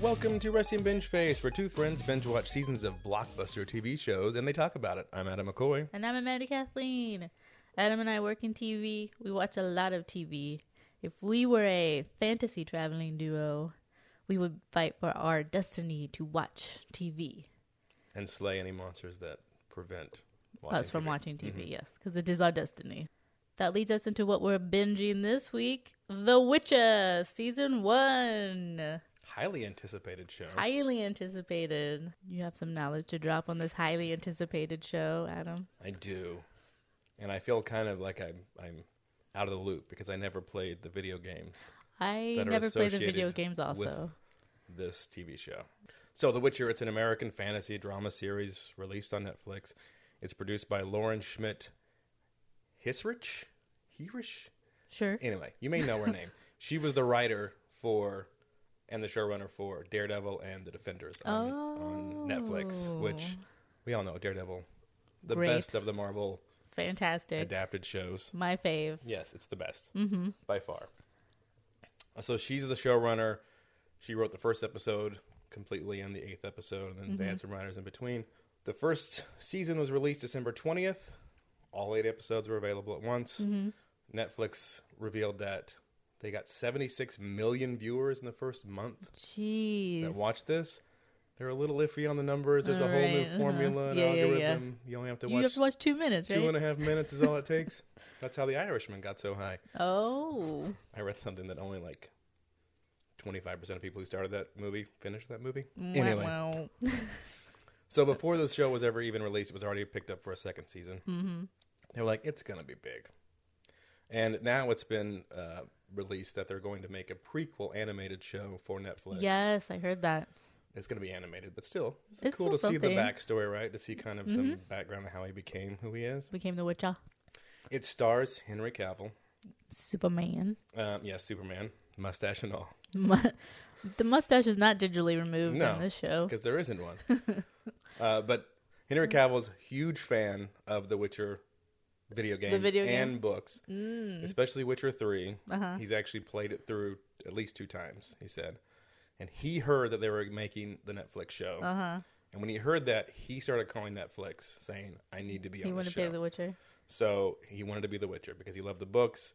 Welcome to Rusty and Binge Face, where two friends binge watch seasons of blockbuster TV shows and they talk about it. I'm Adam McCoy. And I'm Amanda Kathleen. Adam and I work in TV. We watch a lot of TV. If we were a fantasy traveling duo, we would fight for our destiny to watch TV. And slay any monsters that prevent us from watching TV, Mm-hmm. yes, because it is our destiny. That leads us into what we're binging this week The Witcher, Season 1. Highly anticipated show. Highly anticipated. You have some knowledge to drop on this highly anticipated show, Adam. I do, and I feel kind of like I'm I'm out of the loop because I never played the video games I that are never played the associated video games, with also. this TV show. So, The Witcher. It's an American fantasy drama series released on Netflix. It's produced by Lauren Schmidt Hisrich. Hirsch. Sure. Anyway, you may know her name. She was the writer for and the showrunner for Daredevil and The Defenders on, on Netflix, which we all know Daredevil, the Great. best of the Marvel Fantastic. adapted shows. My fave. Yes, it's the best mm-hmm. by far. So she's the showrunner. She wrote the first episode completely and the eighth episode, and then Mm-hmm. they had some writers in between. The first season was released December 20th. All eight episodes were available at once. Mm-hmm. Netflix revealed that they got 76 million viewers in the first month that Jeez. watched this. They're a little iffy on the numbers. There's a whole Alright, new uh-huh. formula and Yeah, yeah, yeah. algorithm. You only have to You watch have to watch two minutes, right? two and a half minutes, is all it takes. That's how The Irishman got so high. Oh. I read something that only like 25% of people who started that movie finished that movie. Anyway, Wow. so before the show was ever even released, it was already picked up for a second season. Hmm. Mm-hmm. They were like, it's going to be big. And now it's been uh, released that they're going to make a prequel animated show for Netflix. Yes, I heard that. It's going to be animated, but still, it's, It's cool to still see the something. Mm-hmm. backstory, right? To see kind of some background of how he became who he is. Became the Witcher. It stars Henry Cavill. Superman. Um, yeah, Superman, mustache and all. Mu- the mustache is not digitally removed No. in this show. because there isn't one. uh, but Henry Cavill's a huge fan of the Witcher video games video Mm. Uh-huh. and books, especially Witcher 3. He's actually played it through at least two times, he said. And he heard that they were making the Netflix show. Uh-huh. And when he heard that, he started calling Netflix saying, I need to be You on want the to play show. the Witcher? so he wanted to be the Witcher because he loved the books.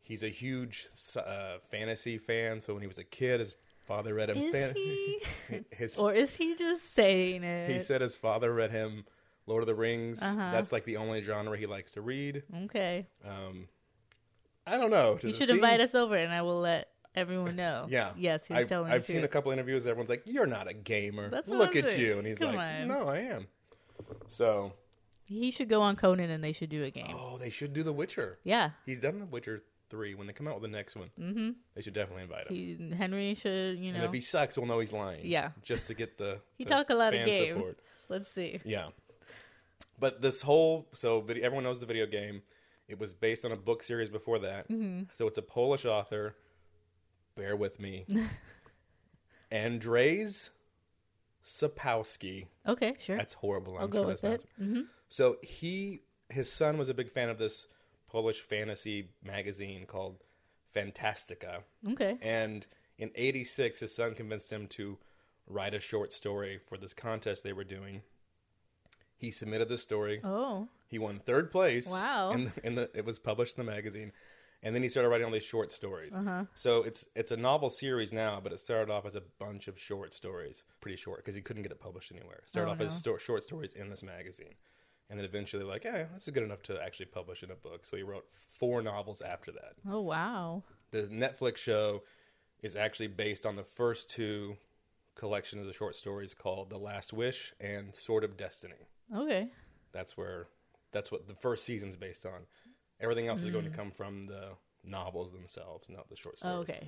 He's a huge uh, fantasy fan. So when he was a kid, his father read him. Is fan- he? his or is he just saying it? Uh-huh. he said his father read him Lord of the Rings. That's like the only genre he likes to read. okay. Um, I don't know. You should invite us over and I will let everyone know. Yeah. Yes, he was I've, telling I've the seen a truth. couple interviews. Everyone's like, "You're not a gamer. That's what Look I'm at saying. you," and he's Come like, on. "No, I am." So, He should go on Conan and they should do a game. oh, they should do The Witcher. Yeah. He's done The Witcher three. When they come out with the next one, mm-hmm. they should definitely invite him. He, Henry should, you and know. if he sucks, we'll know he's lying. Yeah. just to get the He the talk a lot of fan game. support. Let's see. Yeah. But this whole so video, everyone knows the video game. It was based on a book series before that. Mm-hmm. So it's a Polish author. Bear with me. Andrzej Sapowski. Okay, sure. That's horrible. I'm I'll go sure with that's it. hmm So he his son was a big fan of this Polish fantasy magazine called Fantastica. Okay. And in 86, his son convinced him to write a short story for this contest they were doing. He submitted the story. Oh, He won third place. Wow. And the, in the, it was published in the magazine. And then he started writing all these short stories. Uh-huh. So it's it's a novel series now, but it started off as a bunch of short stories, pretty short, because he couldn't get it published anywhere. It started Oh, off as sto- short stories in this magazine, and then eventually, like, yeah, this is good enough to actually publish in a book. So he wrote four novels after that oh wow. the Netflix show is actually based on the first two collections of short stories called The Last Wish and Sword of Destiny. Okay. That's where that's what the first season's based on. Everything else is going to come from the novels themselves, not the short stories. Oh, Okay.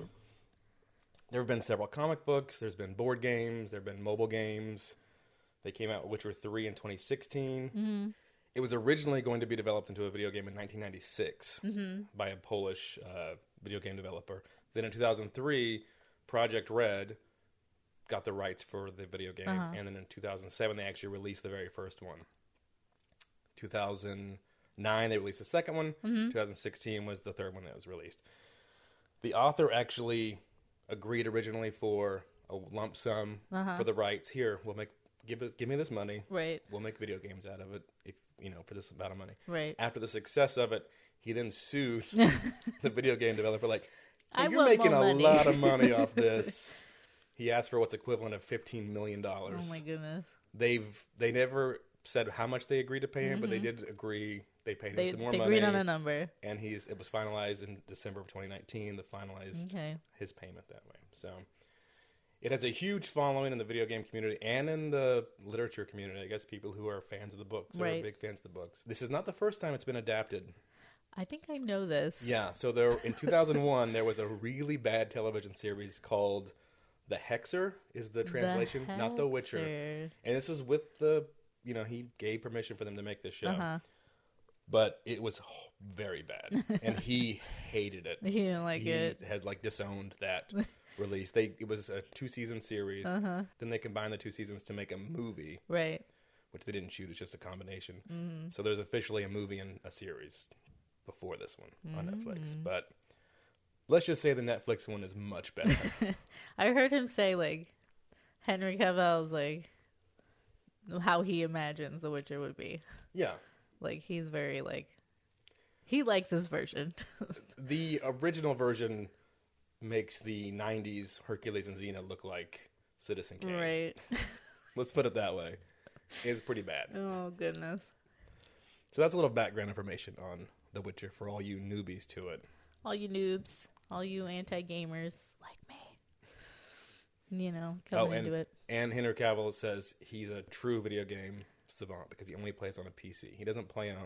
There have been several comic books, there's been board games, there've been mobile games. They came out with Witcher 3 in 2016. It was originally going to be developed into a video game in 1996 by a Polish uh, video game developer. Then in 2003, Project Red got the rights for the video game, and then in 2007 they actually released the very first one. 2009 they released the second one. 2016 was the third one that was released. The author actually agreed originally for a lump sum Uh-huh. for the rights. Here, we'll make give it, give me this money. Right. We'll make video games out of it if you know for this amount of money. Right. Oh, After the success of it, he then sued the video game developer. Like, I you're want making a more money." lot of money off this. He asked for what's equivalent of fifteen million Oh dollars. my goodness. They've they never said how much they agreed to pay him, but they did agree. They paid him Mm-hmm. They, some more they money, agreed on a number. and he's it was finalized in December of 2019. The finalized Okay. his payment that way. So it has a huge following in the video game community and in the literature community. I guess people who are fans of the books or Right. big fans of the books. This is not the first time it's been adapted. I think I know this. Yeah. So there in 2001 there was a really bad television series called The Hexer is the translation, not The Witcher. And this was with the you know, he gave permission for them to make this show, Uh huh. but it was h- very bad, and he hated it He didn't like he it. has like disowned that release. They it was a two season series. Uh-huh. Then they combined the two seasons to make a movie, Right. which they didn't shoot. It's just a combination. Mm-hmm. So there's officially a movie and a series before this one on Netflix. Mm. But let's just say the Netflix one is much better. I heard him say like Henry Cavill's like how he imagines The Witcher would be. yeah. Like he's very like he likes his version. The original version makes the 90s Hercules and Xena look like Citizen Kane. right. Let's put it that way. It's pretty bad. Oh goodness. So that's a little background information on The Witcher for all you newbies to it. All you noobs, all you anti gamers like me. You know, Oh, coming and into it. and Henry Cavill says he's a true video game savant because he only plays on a PC. He doesn't play on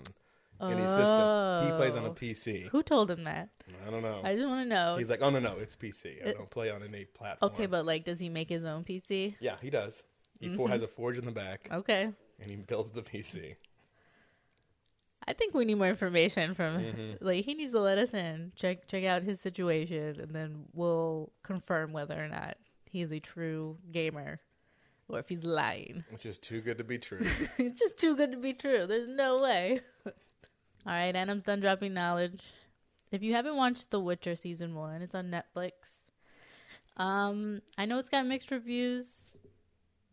any system. He plays on a Oh. PC. Who told him that? I don't know. I just want to know. he's like, oh no no, it's PC. I It- don't play on any platform. okay, but Mm-hmm. like, does he make his own PC? yeah, he does. He for- has a forge in the back Okay. and he builds the PC. I think we need more information from Mm-hmm. like he needs to let us in, check check out his situation, and then we'll confirm whether or not he is a true gamer or if he's lying. It's just too good to be true. it's just too good to be true. There's no way. All right, Adam's done dropping knowledge. If you haven't watched The Witcher season one, it's on Netflix. Um, I know it's got mixed reviews,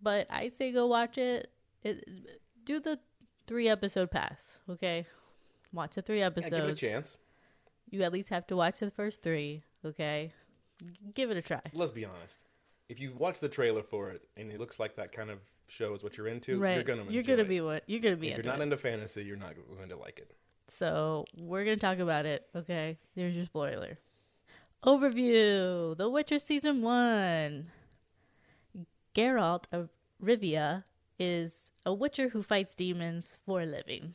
but I say go watch it. it do the three episode pass, okay? Watch the three yeah, episodes. give it a chance. You at least have to watch the first three, okay? Give it a try. Let's be honest. If you watch the trailer for it and it looks like that kind of show is what you're into, right? you're gonna you're enjoy gonna it. be what you're gonna be. If you're into not it. into fantasy, you're not going to like it. So we're gonna talk about it. Okay, there's your spoiler. Overview: The Witcher season one. Geralt of Rivia is a witcher who fights demons for a living.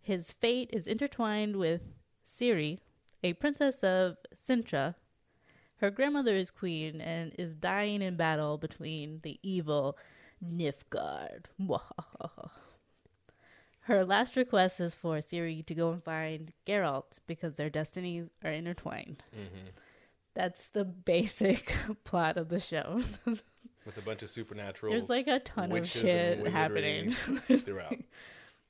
His fate is intertwined with Ciri, a princess of Sintra. Her grandmother is queen and is dying in battle between the evil Nifgard. Her last request is for Siri to go and find Geralt because their destinies are intertwined. Mm-hmm. That's the basic plot of the show. With a bunch of supernatural There's like a ton of witches and shit wizardry happening. throughout.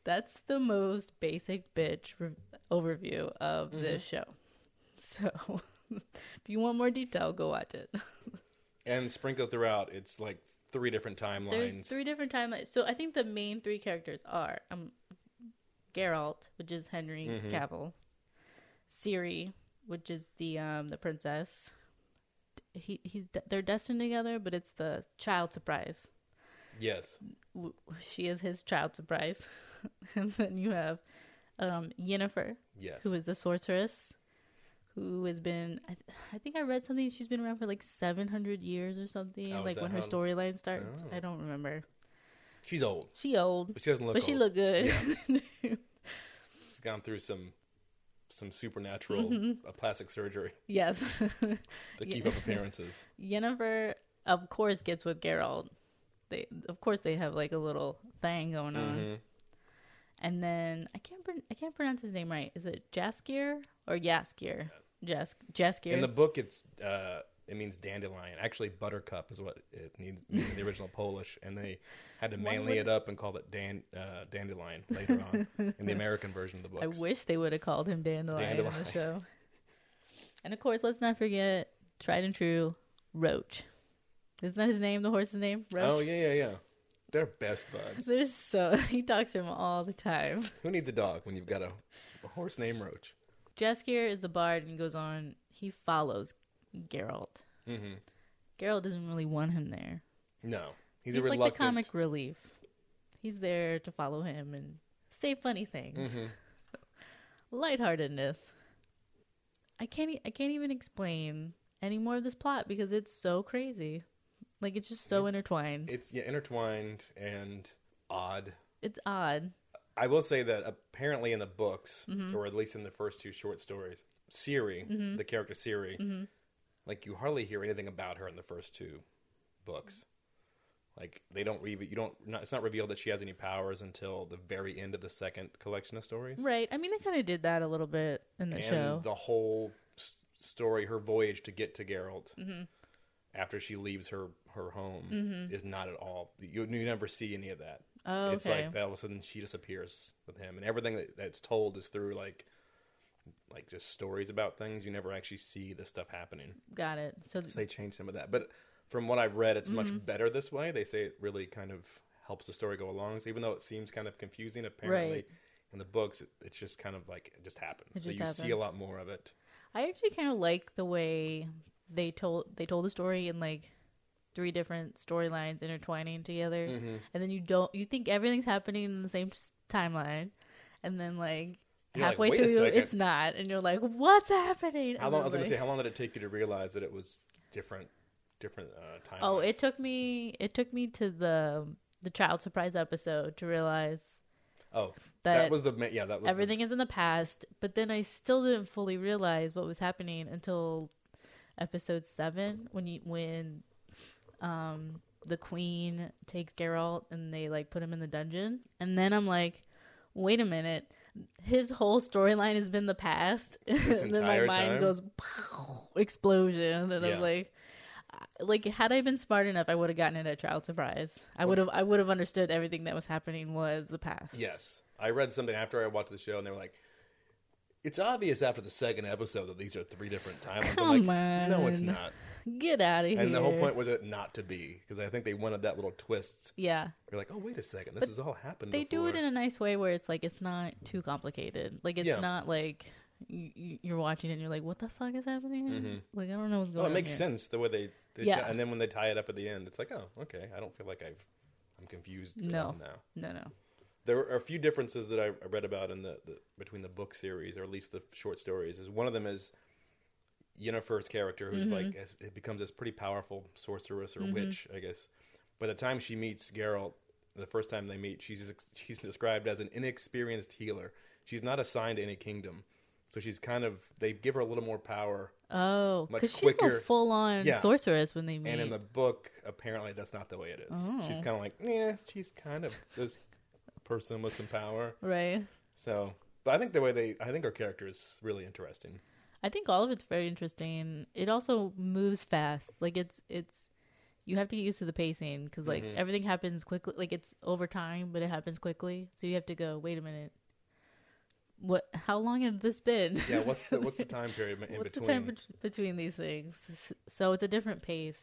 That's the most basic bitch re- overview of Mm-hmm. this show. So, if you want more detail, go watch it. and sprinkled throughout it's like three different timelines There's three different timelines. So I think the main three characters are um, Geralt, which is Henry Mm-hmm. Cavill, Ciri, which is the um the princess. He he's de- they're destined together, but it's the child surprise. yes W- She is his child surprise, and then you have um Yennefer, yes who is the sorceress, who has been. I, th- I think I read something. She's been around for like seven hundred years or something. Oh, is Oh. like that when her how- storyline starts, I don't remember. she's old She old, but she doesn't look but she old. looked good. she's gone through some some supernatural uh, plastic surgery yes, to Mm-hmm. Yeah. keep up appearances Yennefer, of course, gets with Geralt. They, of course, they have like a little thing going on. Mhm. And then I can't, pron- I can't pronounce his name right. Is it Jaskier or Yaskier? Jask, Jaskier. in the book it's uh it means dandelion actually buttercup is what it means means in the original polish and they had to manly it up and called it dan uh, dandelion later on in the american version of the book I wish they would have called him Dandelion, in Dandelion. the show. and of course, let's not forget tried and true Roach. Isn't that his name? The horse's name? Roach? Oh yeah, yeah, yeah. They're best buds. There's so he talks to him all the time. Who needs a dog when you've got a, a horse named Roach? Jaskier is the bard and goes on. He follows Geralt. hmm Geralt doesn't really want him there. No, he's, He's, a like reluctant. the comic relief. He's there to follow him and say funny things, Mhm. lightheartedness. I can't. E- I can't even explain any more of this plot because it's so crazy. Like it's just so It's- intertwined. It's yeah, intertwined and odd. it's odd. I will say that apparently in the books, Mm-hmm. or at least in the first two short stories, Siri, the character Siri, Mm-hmm. like you hardly hear anything about her in the first two books. Like they don't reveal you don't not, it's not revealed that she has any powers until the very end of the second collection of stories. Right. I mean, they kind of did that a little bit in the and show. the whole s- story, her voyage to get to Geralt Mm-hmm. after she leaves her her home is not at all. You, you never see any of that. oh, It's okay. like that all of a sudden she disappears with him, and everything that, that's told is through like like just stories about things. You never actually see the stuff happening. Got it. So, So they changed some of that, but from what I've read, it's Mm-hmm. much better this way. They say it really kind of helps the story go along. So even though it seems kind of confusing, apparently. Right. In the books, it, it's just kind of like it just happens. It so just you see a happened. lot more of it. I actually kind of like the way they told they told the story in like three different storylines intertwining together, Mm-hmm. and then you don't you think everything's happening in the same s- timeline, and then like You're like, halfway "Wait a through second." it's not, and you're like, what's happening? How long? And I then, was gonna like- say, how long did it take you to realize that it was different, different uh, time? Oh, it took me it took me to the the child surprise episode to realize Oh, that, that was the ma- yeah. That was the- everything is in the past, but then I still didn't fully realize what was happening until episode seven when you when um the queen takes Geralt and they like put him in the dungeon. And then I'm like, wait a minute. His whole storyline has been the past. and then my entire mind time? goes explosion. And Yeah. I'm like I- like had I been smart enough, I would have gotten it at Child Surprise. I would have I would have understood everything that was happening was the past. yes. I read something after I watched the show, and they were like, "It's obvious after the second episode that these are three different timelines." I'm Come like, no, it's on. not. Get out of here. And the whole point was it not to be because I think they wanted that little twist. Yeah. You're like, oh wait a second, this has all happened. They do before." it in a nice way where it's like it's not too complicated. Like it's Yeah. not like y- y- you're watching it and you're like, "What the fuck is happening?" Like I don't know what's going Oh, on. it makes here. sense the way they. they Yeah. And then when they tie it up at the end, it's like, oh, okay. I don't feel like I've. I'm confused at No. all now. No, no. There are a few differences that I I read about in the, the between the book series, or at least the short stories. Is one of them is Yennefer's character, who's like as, it becomes this pretty powerful sorceress or witch, I guess. By the time she meets Geralt, the first time they meet, she's ex- she's described as an inexperienced healer. She's not assigned to any kingdom, so she's kind of they give her a little more power. Oh, Much because she's quicker. a full-on Yeah. sorceress when they meet. And in the book, apparently that's not the way it is. She's kind of like, yeah, she's kind of this person with some power. right. So, but I think the way they, I think her character is really interesting. I think all of it's very interesting. It also moves fast. Like it's it's you have to get used to the pacing because like Mm-hmm. everything happens quickly. Like it's over time, but it happens quickly. So you have to go. Wait a minute. What? How long has this been? Yeah, what's the what's the time period in What's between? the time bet- between these things? S- So it's a different pace.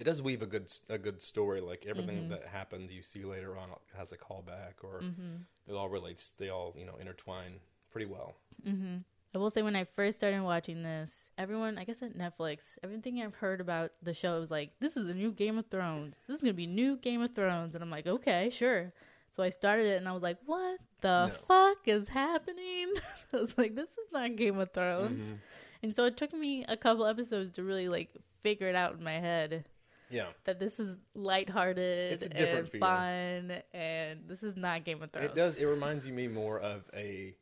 it does weave a good s- a good story. Like everything Mm-hmm. that happens, you see later on has a callback, or Mm-hmm. it all relates. They all you know intertwine pretty well. I will say when I first started watching this, everyone, I guess at Netflix, everything I've heard about the show was like, this is a new Game of Thrones. This is going to be new Game of Thrones. And I'm like, okay, sure. So I started it and I was like, what the fuck is happening? I was like, this is not Game of Thrones. Mm-hmm. And so it took me a couple episodes to really like figure it out in my head. Yeah, that this is lighthearted It's a different and feel. fun, and this is not Game of Thrones. it does. It reminds you me more of a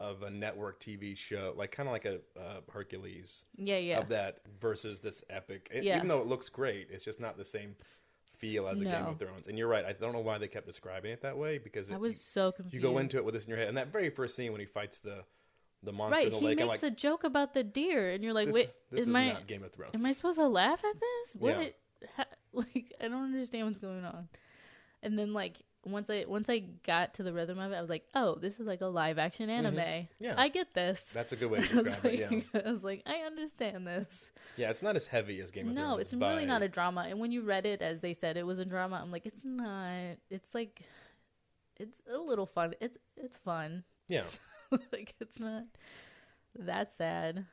of a network TV show, like kind of like a uh, Hercules Yeah, yeah. of that versus this epic. It, Yeah. Even though it looks great, it's just not the same feel as a Game No. of Thrones. And you're right. I don't know why they kept describing it that way because it, I was so confused. you go into it with this in your head. And that very first scene when he fights the the monster right. in the He lake, I'm makes like, a joke about the deer, and you're like, this, "Wait, this is is my not Game of Thrones. am I supposed to laugh at this? What? Yeah. it- ha- like, I don't understand what's going on." And then like once I once I got to the rhythm of it, I was like, oh, this is like a live action anime. Mm-hmm. Yeah. I get this. That's a good way to I was, describe like, it. Yeah, I was like, I understand this. yeah. It's not as heavy as Game of Thrones. no, it's by- really not a drama. And when you read it as they said it was a drama, I'm like, it's not. It's like, it's a little fun. It's it's fun. Yeah, like it's not that sad.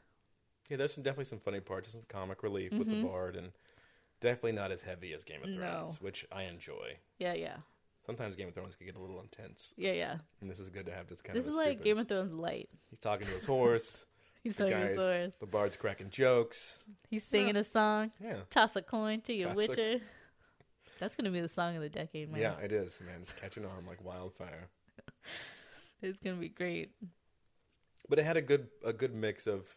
yeah. There's some, definitely some funny parts, some comic relief with the bard, and definitely not as heavy as Game of Mm-hmm. No. Thrones, which I enjoy. Yeah, yeah, Sometimes Game of Thrones can get a little intense, yeah, yeah. and this is good to have. Just kind This of is a like stupid- Game of Thrones light. He's talking to his horse. He's The talking guys- swords. the bard's cracking jokes. He's singing a song. Yeah, Toss a coin to your Toss a- witcher. That's gonna be the song of the decade, man. yeah. It is, man. It's catching on like wildfire. It's gonna be great. But it had a good a good mix of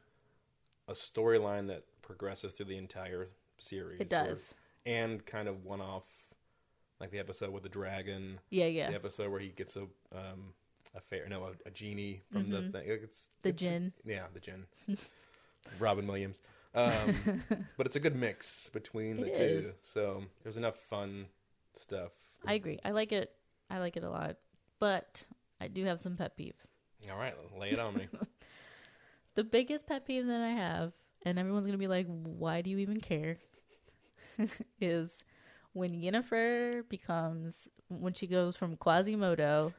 a storyline that progresses through the entire series. It or- does. and kind of one off, like the episode with the dragon, Yeah, yeah. the episode where he gets a um a fair no a, a genie from Mm-hmm. the thing. Like, It's The it's- gin. yeah, the gin. Robin Williams, um, but it's a good mix between the It two. is. So there's enough fun stuff. I agree. I like it. I like it a lot. But I do have some pet peeves. All right, lay it on me. The biggest pet peeve that I have, and everyone's gonna be like, "Why do you even care?" is when Yennefer becomes when she goes from Quasimodo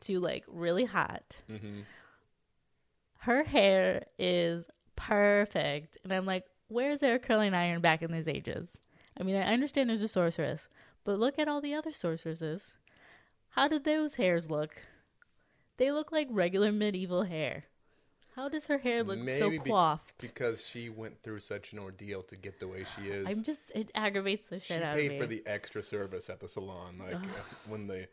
to like really hot. hmm her hair is perfect. And I'm like, where's their curling iron back in these ages? I mean, I understand there's a sorceress, but look at all the other sorceresses. How did those hairs look? They look like regular medieval hair. How does her hair look Maybe so be- coiffed? Because she went through such an ordeal to get the way she is. I'm just, it aggravates the she shit out of me. paid for the extra service at the salon like uh, when the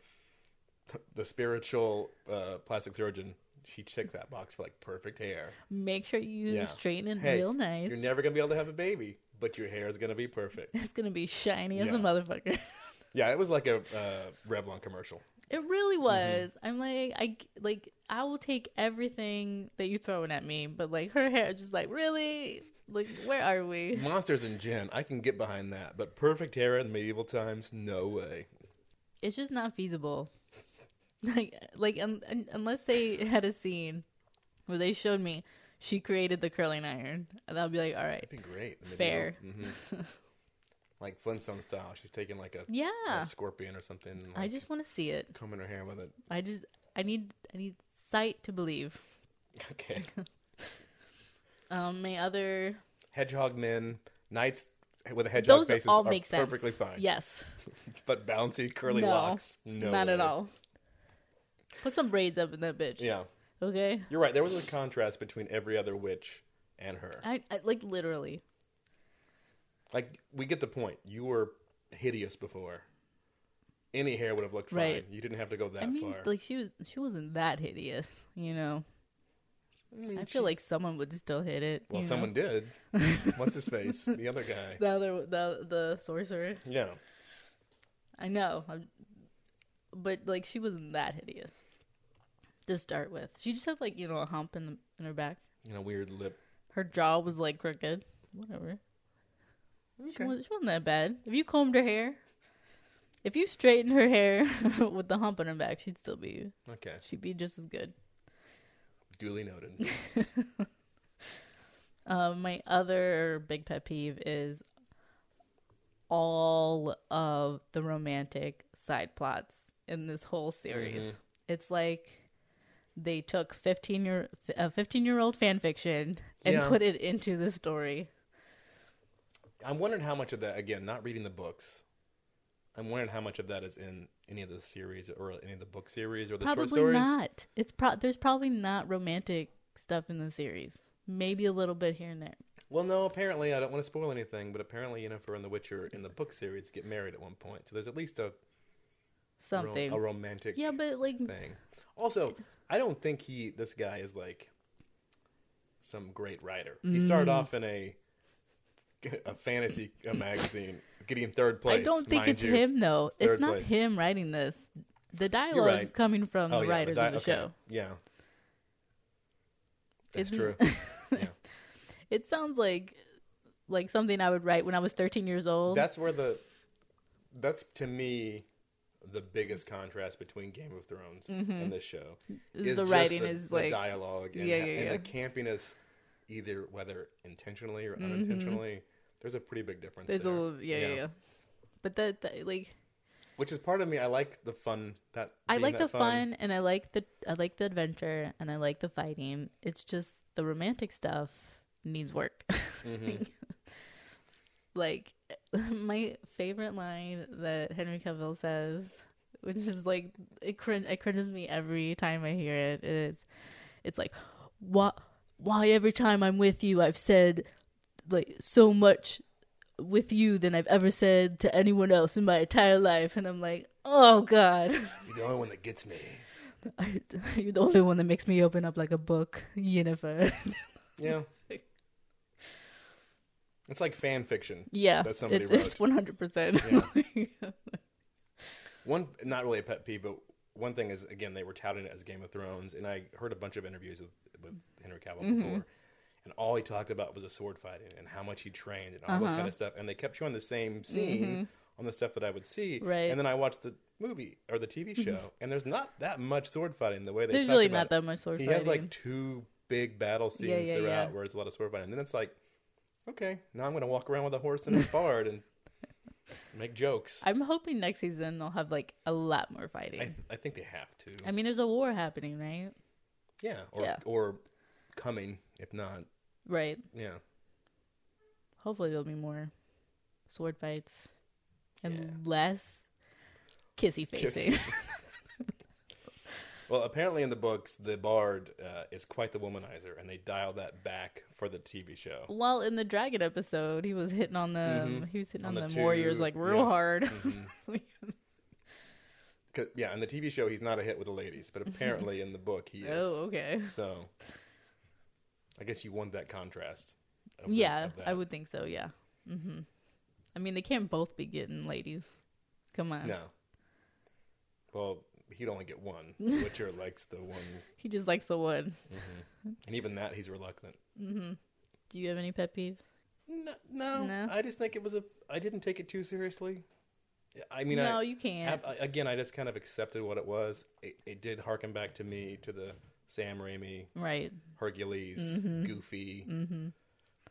the spiritual uh, plastic surgeon she checked that box for like perfect hair Make sure you Yeah. straighten it Hey, real nice. you're never gonna be able to have a baby but your hair is gonna be perfect it's going to be shiny as Yeah. a motherfucker. yeah it was like a uh, revlon commercial It really Mm-hmm. was. I'm like, I like, I will take everything that you're throwing at me, but like her hair, just like really, like where are we? monsters and gin i can get behind that but perfect hair in medieval times no way It's just not feasible. Like, like un- un- unless they had a scene where they showed me she created the curling iron, and I'll be like, all right, it'd be great the Fair. mhm. like flintstone style she's taking like a, yeah, a scorpion or something and, I like, just want to see it. combing her hair with it I just, I need, I need sight to believe. okay Um, my other hedgehog men, knights with a hedgehog those faces all are make sense. perfectly fine. Yes. But bouncy, curly No, locks, no. Not at way. all. Put some braids up in that bitch. Yeah. Okay. You're right. There was a contrast between every other witch and her. I, I like literally. Like, we get the point. You were hideous before. Any hair would have looked fine. Right. You didn't have to go that I mean, far. like she was she wasn't that hideous, you know. I, mean, I she- feel like someone would still hit it. Well, you know? someone did. What's his face? The other guy. the other the the sorcerer. Yeah. I know, I'm, but like she wasn't that hideous to start with. She just had like you know a hump in the, in her back. You know, weird lip. Her jaw was like crooked. Whatever. She, Okay. wasn't, she wasn't that bad. If you combed her hair, if you straightened her hair with the hump in her back, she'd still be Okay. she'd be just as good. Duly noted. Um, my other big pet peeve is all of the romantic side plots in this whole series. Mhm. It's like they took fifteen year a fifteen year old fan fiction and Yeah. put it into the story. I'm wondering how much of that, again, not reading the books, I'm wondering how much of that is in any of the series or any of the book series or the short probably stories. not. It's pro- there's probably not romantic stuff in the series. Maybe a little bit here and there. Well, no, apparently, I don't want to spoil anything, but apparently, Yennefer and the Witcher in the book series get married at one point. So there's at least a, ro- Something. a romantic yeah, but like thing. Also, I don't think he, this guy is like some great writer. He started Mm. off in a a fantasy uh magazine, getting third place. I don't think mind it's you. him though. Third It's not place. him writing this. The dialogue right. is coming from Oh, the yeah, writers di- of the okay, show. Yeah. That's Isn't- true. It sounds like like something I would write when I was 13 years old. that's where the that's to me the biggest contrast between Game of Thrones Mm-hmm. and this show. The just writing the- is, the like- dialogue and, Yeah, ha- yeah, and the campiness, either whether intentionally or unintentionally. There's a pretty big difference. Mm-hmm. There's there. a little, yeah, yeah, yeah. But the, the like, Which is part of me. I like the fun that I being like that the fun and I like the I like the adventure and I like the fighting. It's just the romantic stuff needs work. Mm-hmm. like my favorite line that Henry Cavill says, which is like it cring- it cringes me every time I hear it. Is it's like why why every time I'm with you I've said like so much with you than I've ever said to anyone else in my entire life, and I'm like, oh god. You're the only one that gets me. I, you're the only one that makes me open up like a book, Yennefer. Yeah. it's like fan fiction. yeah, That somebody it's wrote. it's one hundred percent. One, not really a pet peeve, but one thing is again they were touting it as Game of Thrones, and I heard a bunch of interviews with with Henry Cavill Mm-hmm. before, and all he talked about was the sword fighting and how much he trained and all Uh-huh. this kind of stuff, and they kept showing the same scene Mm-hmm. on the stuff that I would see, Right. Mm-hmm. And then I watched the movie or the TV show, and there's not that much sword fighting the way they. There's talked really about not it. that much sword He fighting. has like two big battle scenes Yeah, yeah, throughout yeah. where it's a lot of sword fighting, and then it's like, okay, now I'm going to walk around with a horse and a bard and make jokes. I'm hoping next season they'll have like a lot more fighting. I, I think they have to. I mean, there's a war happening, right? Yeah, or Yeah. or coming if not. Right. Yeah, Hopefully there'll be more sword fights and Yeah. less kissy facing. well, apparently in the books, the bard uh, is quite the womanizer, and they dial that back for the TV show. While in the dragon episode, he was hitting on them. He was hitting Mm-hmm. On on, the them warriors two- like real yeah. hard. 'Cause- Mm-hmm. yeah, in the TV show, he's not a hit with the ladies, but apparently in the book, he is. oh, okay. So, I guess you want that contrast. of the- Yeah, of I that. would think so. Yeah. hmm I mean, they can't both be getting ladies. Come on. No. Well, he'd only get one. Witcher likes the one, Mm-hmm. He just likes the one. Mm-hmm. and even that he's reluctant. Do you have any pet peeves? No, no, No? I just think it was a. I didn't take it too seriously. I mean, no, I, you can't. ab- I- again, I just kind of accepted what it was. It, it did harken back to me to the Sam Raimi, right. Hercules, Mm-hmm. Goofy,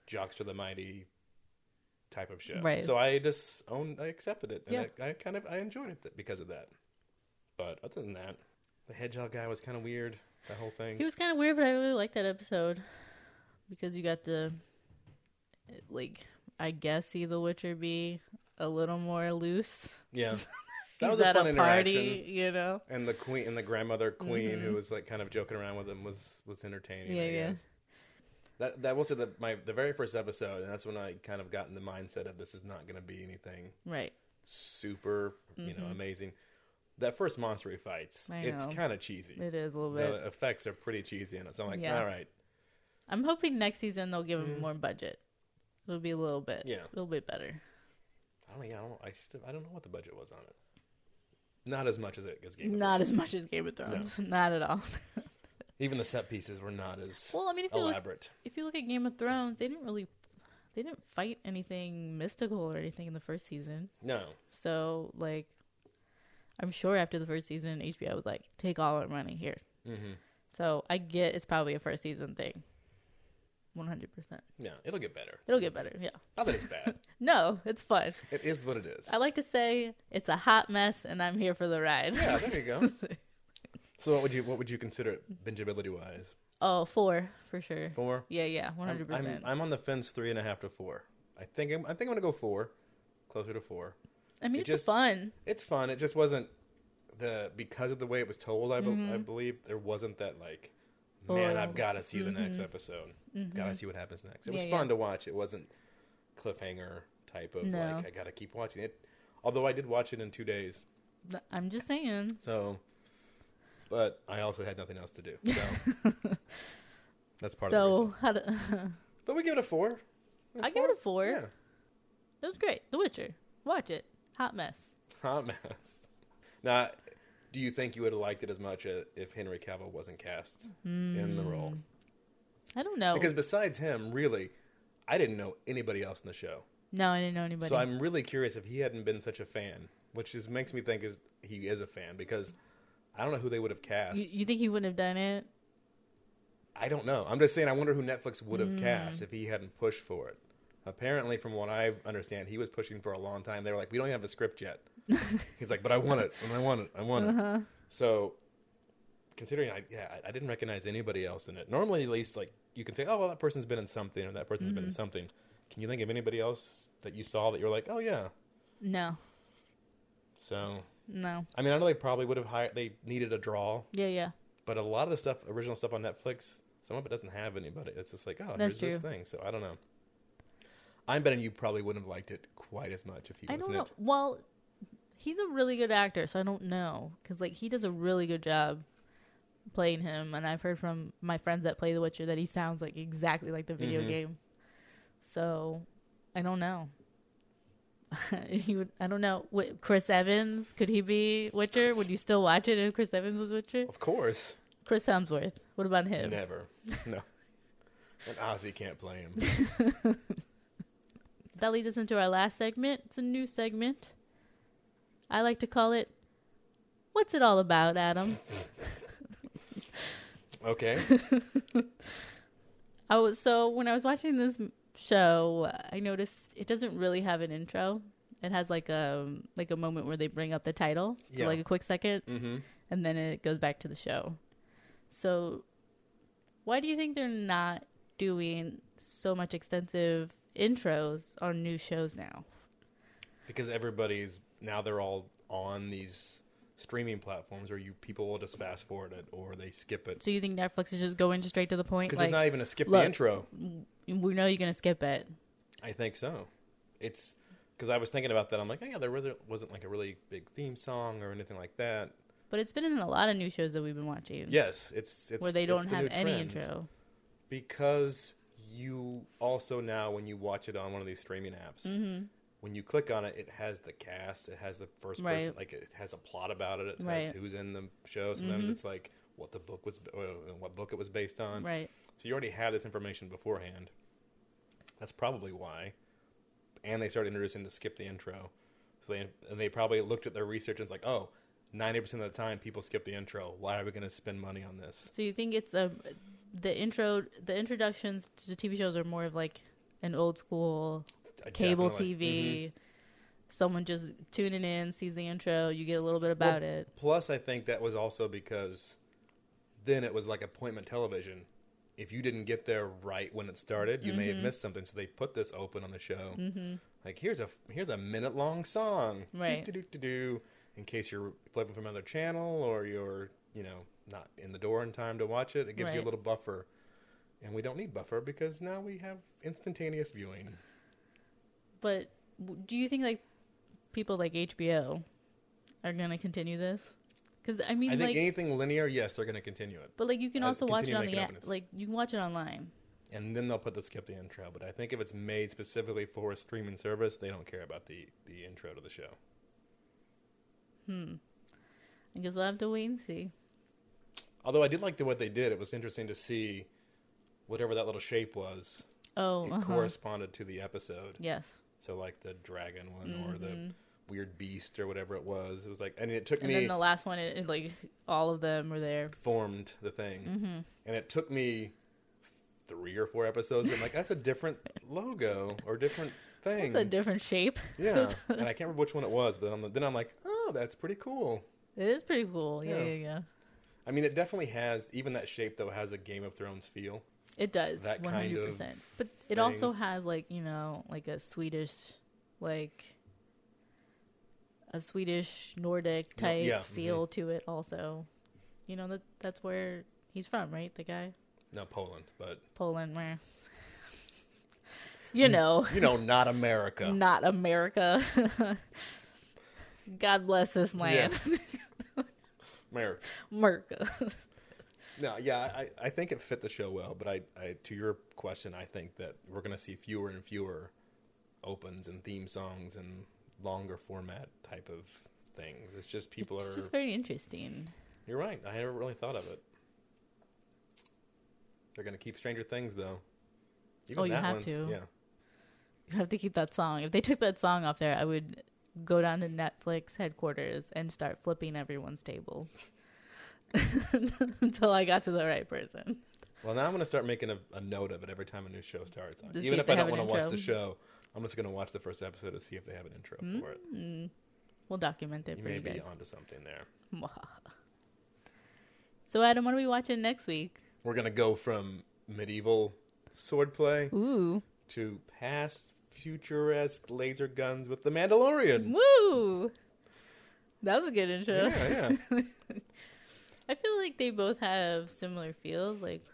Jockster the Mighty type of show. Right. So I just owned, I accepted it, and Yeah. I, I kind of I enjoyed it th- because of that. But other than that, the hedgehog guy was kind of weird. That whole thing. He was kind of weird, but I really liked that episode because you got to, like, I guess see the Witcher be a little more loose. yeah, that He's was a at fun interaction. party, you know. and the queen and the grandmother queen who was like kind of joking around with him was was entertaining. Yeah, I yeah. guess. That that will say that my the very first episode, and that's when I kind of got in the mindset of this is not going to be anything Right. super, you know, amazing. That first monster he fights, Mm-hmm. I it's know. kind of cheesy. It is a little bit. The effects are pretty cheesy in it, so I'm like, Yeah. all right, I'm hoping next season they'll give him more budget. It'll be a little bit. Mm-hmm. Yeah. A little bit better. I don't, yeah, I don't, I, just, I don't know what the budget was on it. Not as much as it as Game of Not as much as Game of Thrones. Not at all. Even the set pieces were not as well, I mean, if you look, elaborate. if you look at Game of Thrones, they didn't really, they didn't fight anything mystical or anything in the first season. No, So like, I'm sure after the first season, HBO was like, take all our money here. mm-hmm. So I get it's probably a first season thing. One hundred percent. no, it'll get better. It'll get better. Yeah. Not that it's bad. No, it's fun. it is what it is. I like to say it's a hot mess, and I'm here for the ride. Yeah, there you go. so what would you what would you consider it bingeability wise? oh, four for sure. 4 Yeah, yeah, one i hundred percent. I'm on the fence three and a half to four. I think I'm, I think I'm gonna go four, closer to four. I mean, it it's just- fun. It's fun. It just wasn't the because of the way it was told. I, be- I Mm-hmm. believe there wasn't that like, man, Oh. I've got to see the next episode. Got to see what happens next. It was Mm-hmm. Yeah, fun yeah. to watch. It wasn't cliffhanger type of No. like I got to keep watching it. Although I did watch it in two days, I'm just saying. so. But I also had nothing else to do. So. That's part of the reason. So how do, But we give it a four. I give it a four. Yeah. That was great. The Witcher. Watch it. Hot mess. Hot mess. Now, do you think you would have liked it as much uh, if Henry Cavill wasn't cast in the role? Hmm. I don't know. Because besides him, really, I didn't know anybody else in the show. no, I didn't know anybody. So I'm really curious if he hadn't been such a fan which is makes me think is he is a fan because I don't know who they would have cast. You, you think he wouldn't have done it? I don't know. I'm just saying. I wonder who Netflix would have cast if he hadn't pushed for it. Apparently, from what I understand, he was pushing for a long time. They were like, "We don't even have a script yet." He's like, "But I want it, and I want it, I want it." So, considering, I yeah, I, I didn't recognize anybody else in it. Normally, at least like you can say, "Oh, well, that person's been in something, or that person's been in something." Can you think of anybody else that you saw that you were like, "Oh yeah"? No, So, no. I mean, I know they probably would have hired. They needed a draw, Yeah, yeah. but a lot of the stuff, original stuff on Netflix, some of it doesn't have anybody. It's just like, oh, That's here's this true. thing. So I don't know. I'm betting you probably wouldn't have liked it quite as much if he I was don't in know. it. Well, he's a really good actor, so I don't know because like he does a really good job playing him, and I've heard from my friends that play The Witcher that he sounds like exactly like the video Mhm. game. So I don't know. he would, I don't know. What, Chris Evans could he be Witcher? Would you still watch it if Chris Evans was Witcher? Of course, Chris Hemsworth. What about him? never. No, and Ozzy can't play him. That leads us into our last segment. It's a new segment. I like to call it "What's it all about?" Adam. Okay, I was so when I was watching this m- show, I noticed it doesn't really have an intro. It has like a like a moment where they bring up the title for Yeah. like a quick 2nd mm-hmm. and then it goes back to the show. So, why do you think they're not doing so much extensive intros on new shows now? because everybody's now they're all on these streaming platforms where you people will just fast forward it or they skip it So you think Netflix is just going straight to the point? because Like there's not even a skip look. the intro. we know you're gonna skip it. I think so. It's because I was thinking about that. I'm like, oh yeah, there wasn't wasn't like a really big theme song or anything like that. But it's been in a lot of new shows that we've been watching. Yes, it's it's Where they it's don't the have new any trend. intro. because you also now when you watch it on one of these streaming apps, Mm-hmm. when you click on it, it has the cast, it has the first person, Right. like it has a plot about it, it Right. Mm-hmm. has who's in the show. Sometimes it's like what the book was, uh, what book it was based on. Right. So you already have this information beforehand. That's probably why. And they started introducing the skip the intro. So they and they probably looked at their research and it's like, oh, 90% of the time people skip the intro. Why are we going to spend money on this? So you think it's a the intro the introductions to TV shows are more of like an old school I cable definitely- Mm-hmm. TV. Someone just tuning in, sees the intro, you get a little bit Well, about it. Plus, I think that was also because then it was like appointment television. If you didn't get there right when it started, you may Mm-hmm. have missed something. So they put this open on the show. Mm-hmm. Like here's a here's a minute long song, Right. Do-do-do-do-do, in case you're flipping from another channel or you're you know not in the door in time to watch it. It gives you Right. a little buffer, and we don't need buffer because now we have instantaneous viewing. But w- do you think like people like HBO are going to continue this? Cuz I mean I think like anything linear, yes, they're going to continue it. but like you can uh, also watch it continue on the making up in app. this. Like you can watch it online. and then they'll put the skip the intro. But I think if it's made specifically for a streaming service, they don't care about the the intro to the show. I guess we'll have to wait and see. Although I did like the what they did. It was interesting to see whatever that little shape was. Oh, It uh-huh. corresponded to the episode. Yes. So like the dragon one or the weird beast or whatever it was. It was like, and it took Mm-hmm. And me then the last one it, it like all of them were there. formed the thing, Mm-hmm. and it took me three or four episodes. I'm like, that's a different logo or different thing. It's a different shape. Yeah, and I can't remember which one it was, but then I'm, then I'm like, oh, that's pretty cool. It is pretty cool. Yeah, yeah, Yeah. yeah. I mean, it definitely has even that shape though has a Game of Thrones feel. It does. That One kind hundred of percent. But it also has like, you know, like a Swedish like a Swedish Nordic No- type yeah, mhm. feel to it also. You know that that's where he's from, right? The guy? No, Poland, but Poland where you know, you know, not America. not America. God bless this land. America. America. No, yeah, I, I think it fit the show well, but I, I to your question, I think that we're gonna see fewer and fewer opens and theme songs and longer format type of things. It's just people It's are. just very interesting. You're right. I never really thought of it. They're gonna keep Stranger Things though. Even Oh, you have one's- to. Yeah. You have to keep that song. If they took that song off there, I would go down to Netflix headquarters and start flipping everyone's tables until I got to the right person. Well, now I'm going to start making a, a note of it every time a new show starts. see Even if if they I don't have an want to watch intro. the show, I'm just going to watch the first episode to see if they have an intro for it. Mm. We'll document it You for may you be guys. onto something there. so Adam, what are we watching next week? We're going to go from medieval swordplay Ooh, to past futuresque laser guns with The Mandalorian. woo! That was a good intro. Yeah, yeah. I feel like they both have similar feels. Like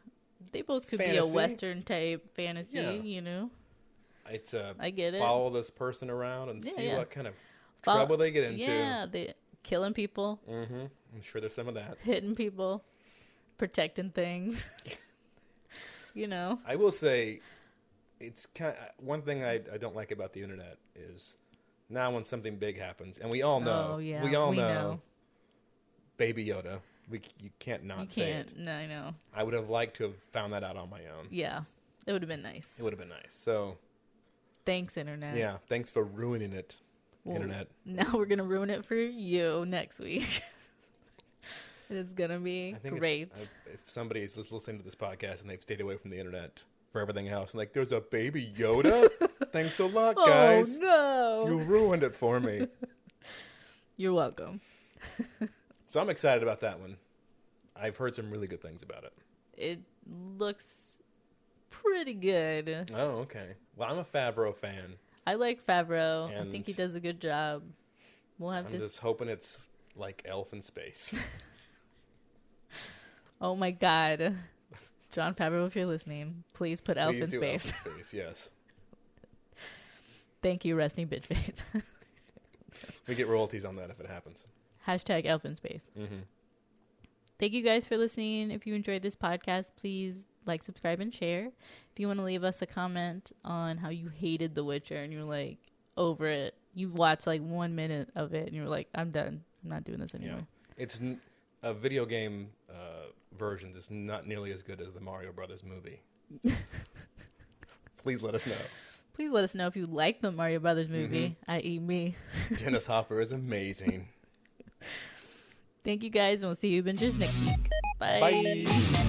they both could be a Fantasy. western type fantasy. Yeah. You know, It's a I get it. follow this person around and Yeah, see yeah. what kind of Fol- trouble they get into. yeah, they killing people, hmm I'm sure there's some of that. hitting people, protecting things. you know, I will say, it's kind one thing I, I don't like about the internet is now when something big happens, and we all know, Oh, yeah, we all we know, know. Baby Yoda. We c- you can't not you say can't. it. No, I know. I would have liked to have found that out on my own. Yeah, it would have been nice. It would have been nice. So Thanks, internet. yeah, thanks for ruining it, Well, internet. Now we're gonna ruin it for you next week. it's gonna be I think it's- great. I- if somebody is just listening to this podcast and they've stayed away from the internet for everything else, and like, there's a baby Yoda. thanks a lot, oh guys. no! You ruined it for me. You're welcome. So I'm excited about that one. I've heard some really good things about it. It looks pretty good. Oh, okay. Well, I'm a Favreau fan. I like Favreau. I think And- he does a good job. We'll have I'm this. just hoping it's like Elf in space. Oh my god, John Favreau, if you're listening, please put Elf Please in do Elf space. in space, Yes, Thank you, resting bitch face. we get royalties on that if it happens. Hashtag Elf in space. Mm-hmm. Thank you guys for listening. If you enjoyed this podcast, please like, subscribe, and share. If you want to leave us a comment on how you hated The Witcher and you're like over it, you've watched like one minute of it and you're like, I'm done. I'm not doing this Yeah, anymore. it's n- a video game uh, versions is not nearly as good as the Mario Brothers movie. Please let us know. Please let us know if you like the Mario Brothers movie, Mm-hmm. i.e., me. Dennis Hopper is amazing. Thank you guys, and we'll see you bingers next week. Bye. Bye.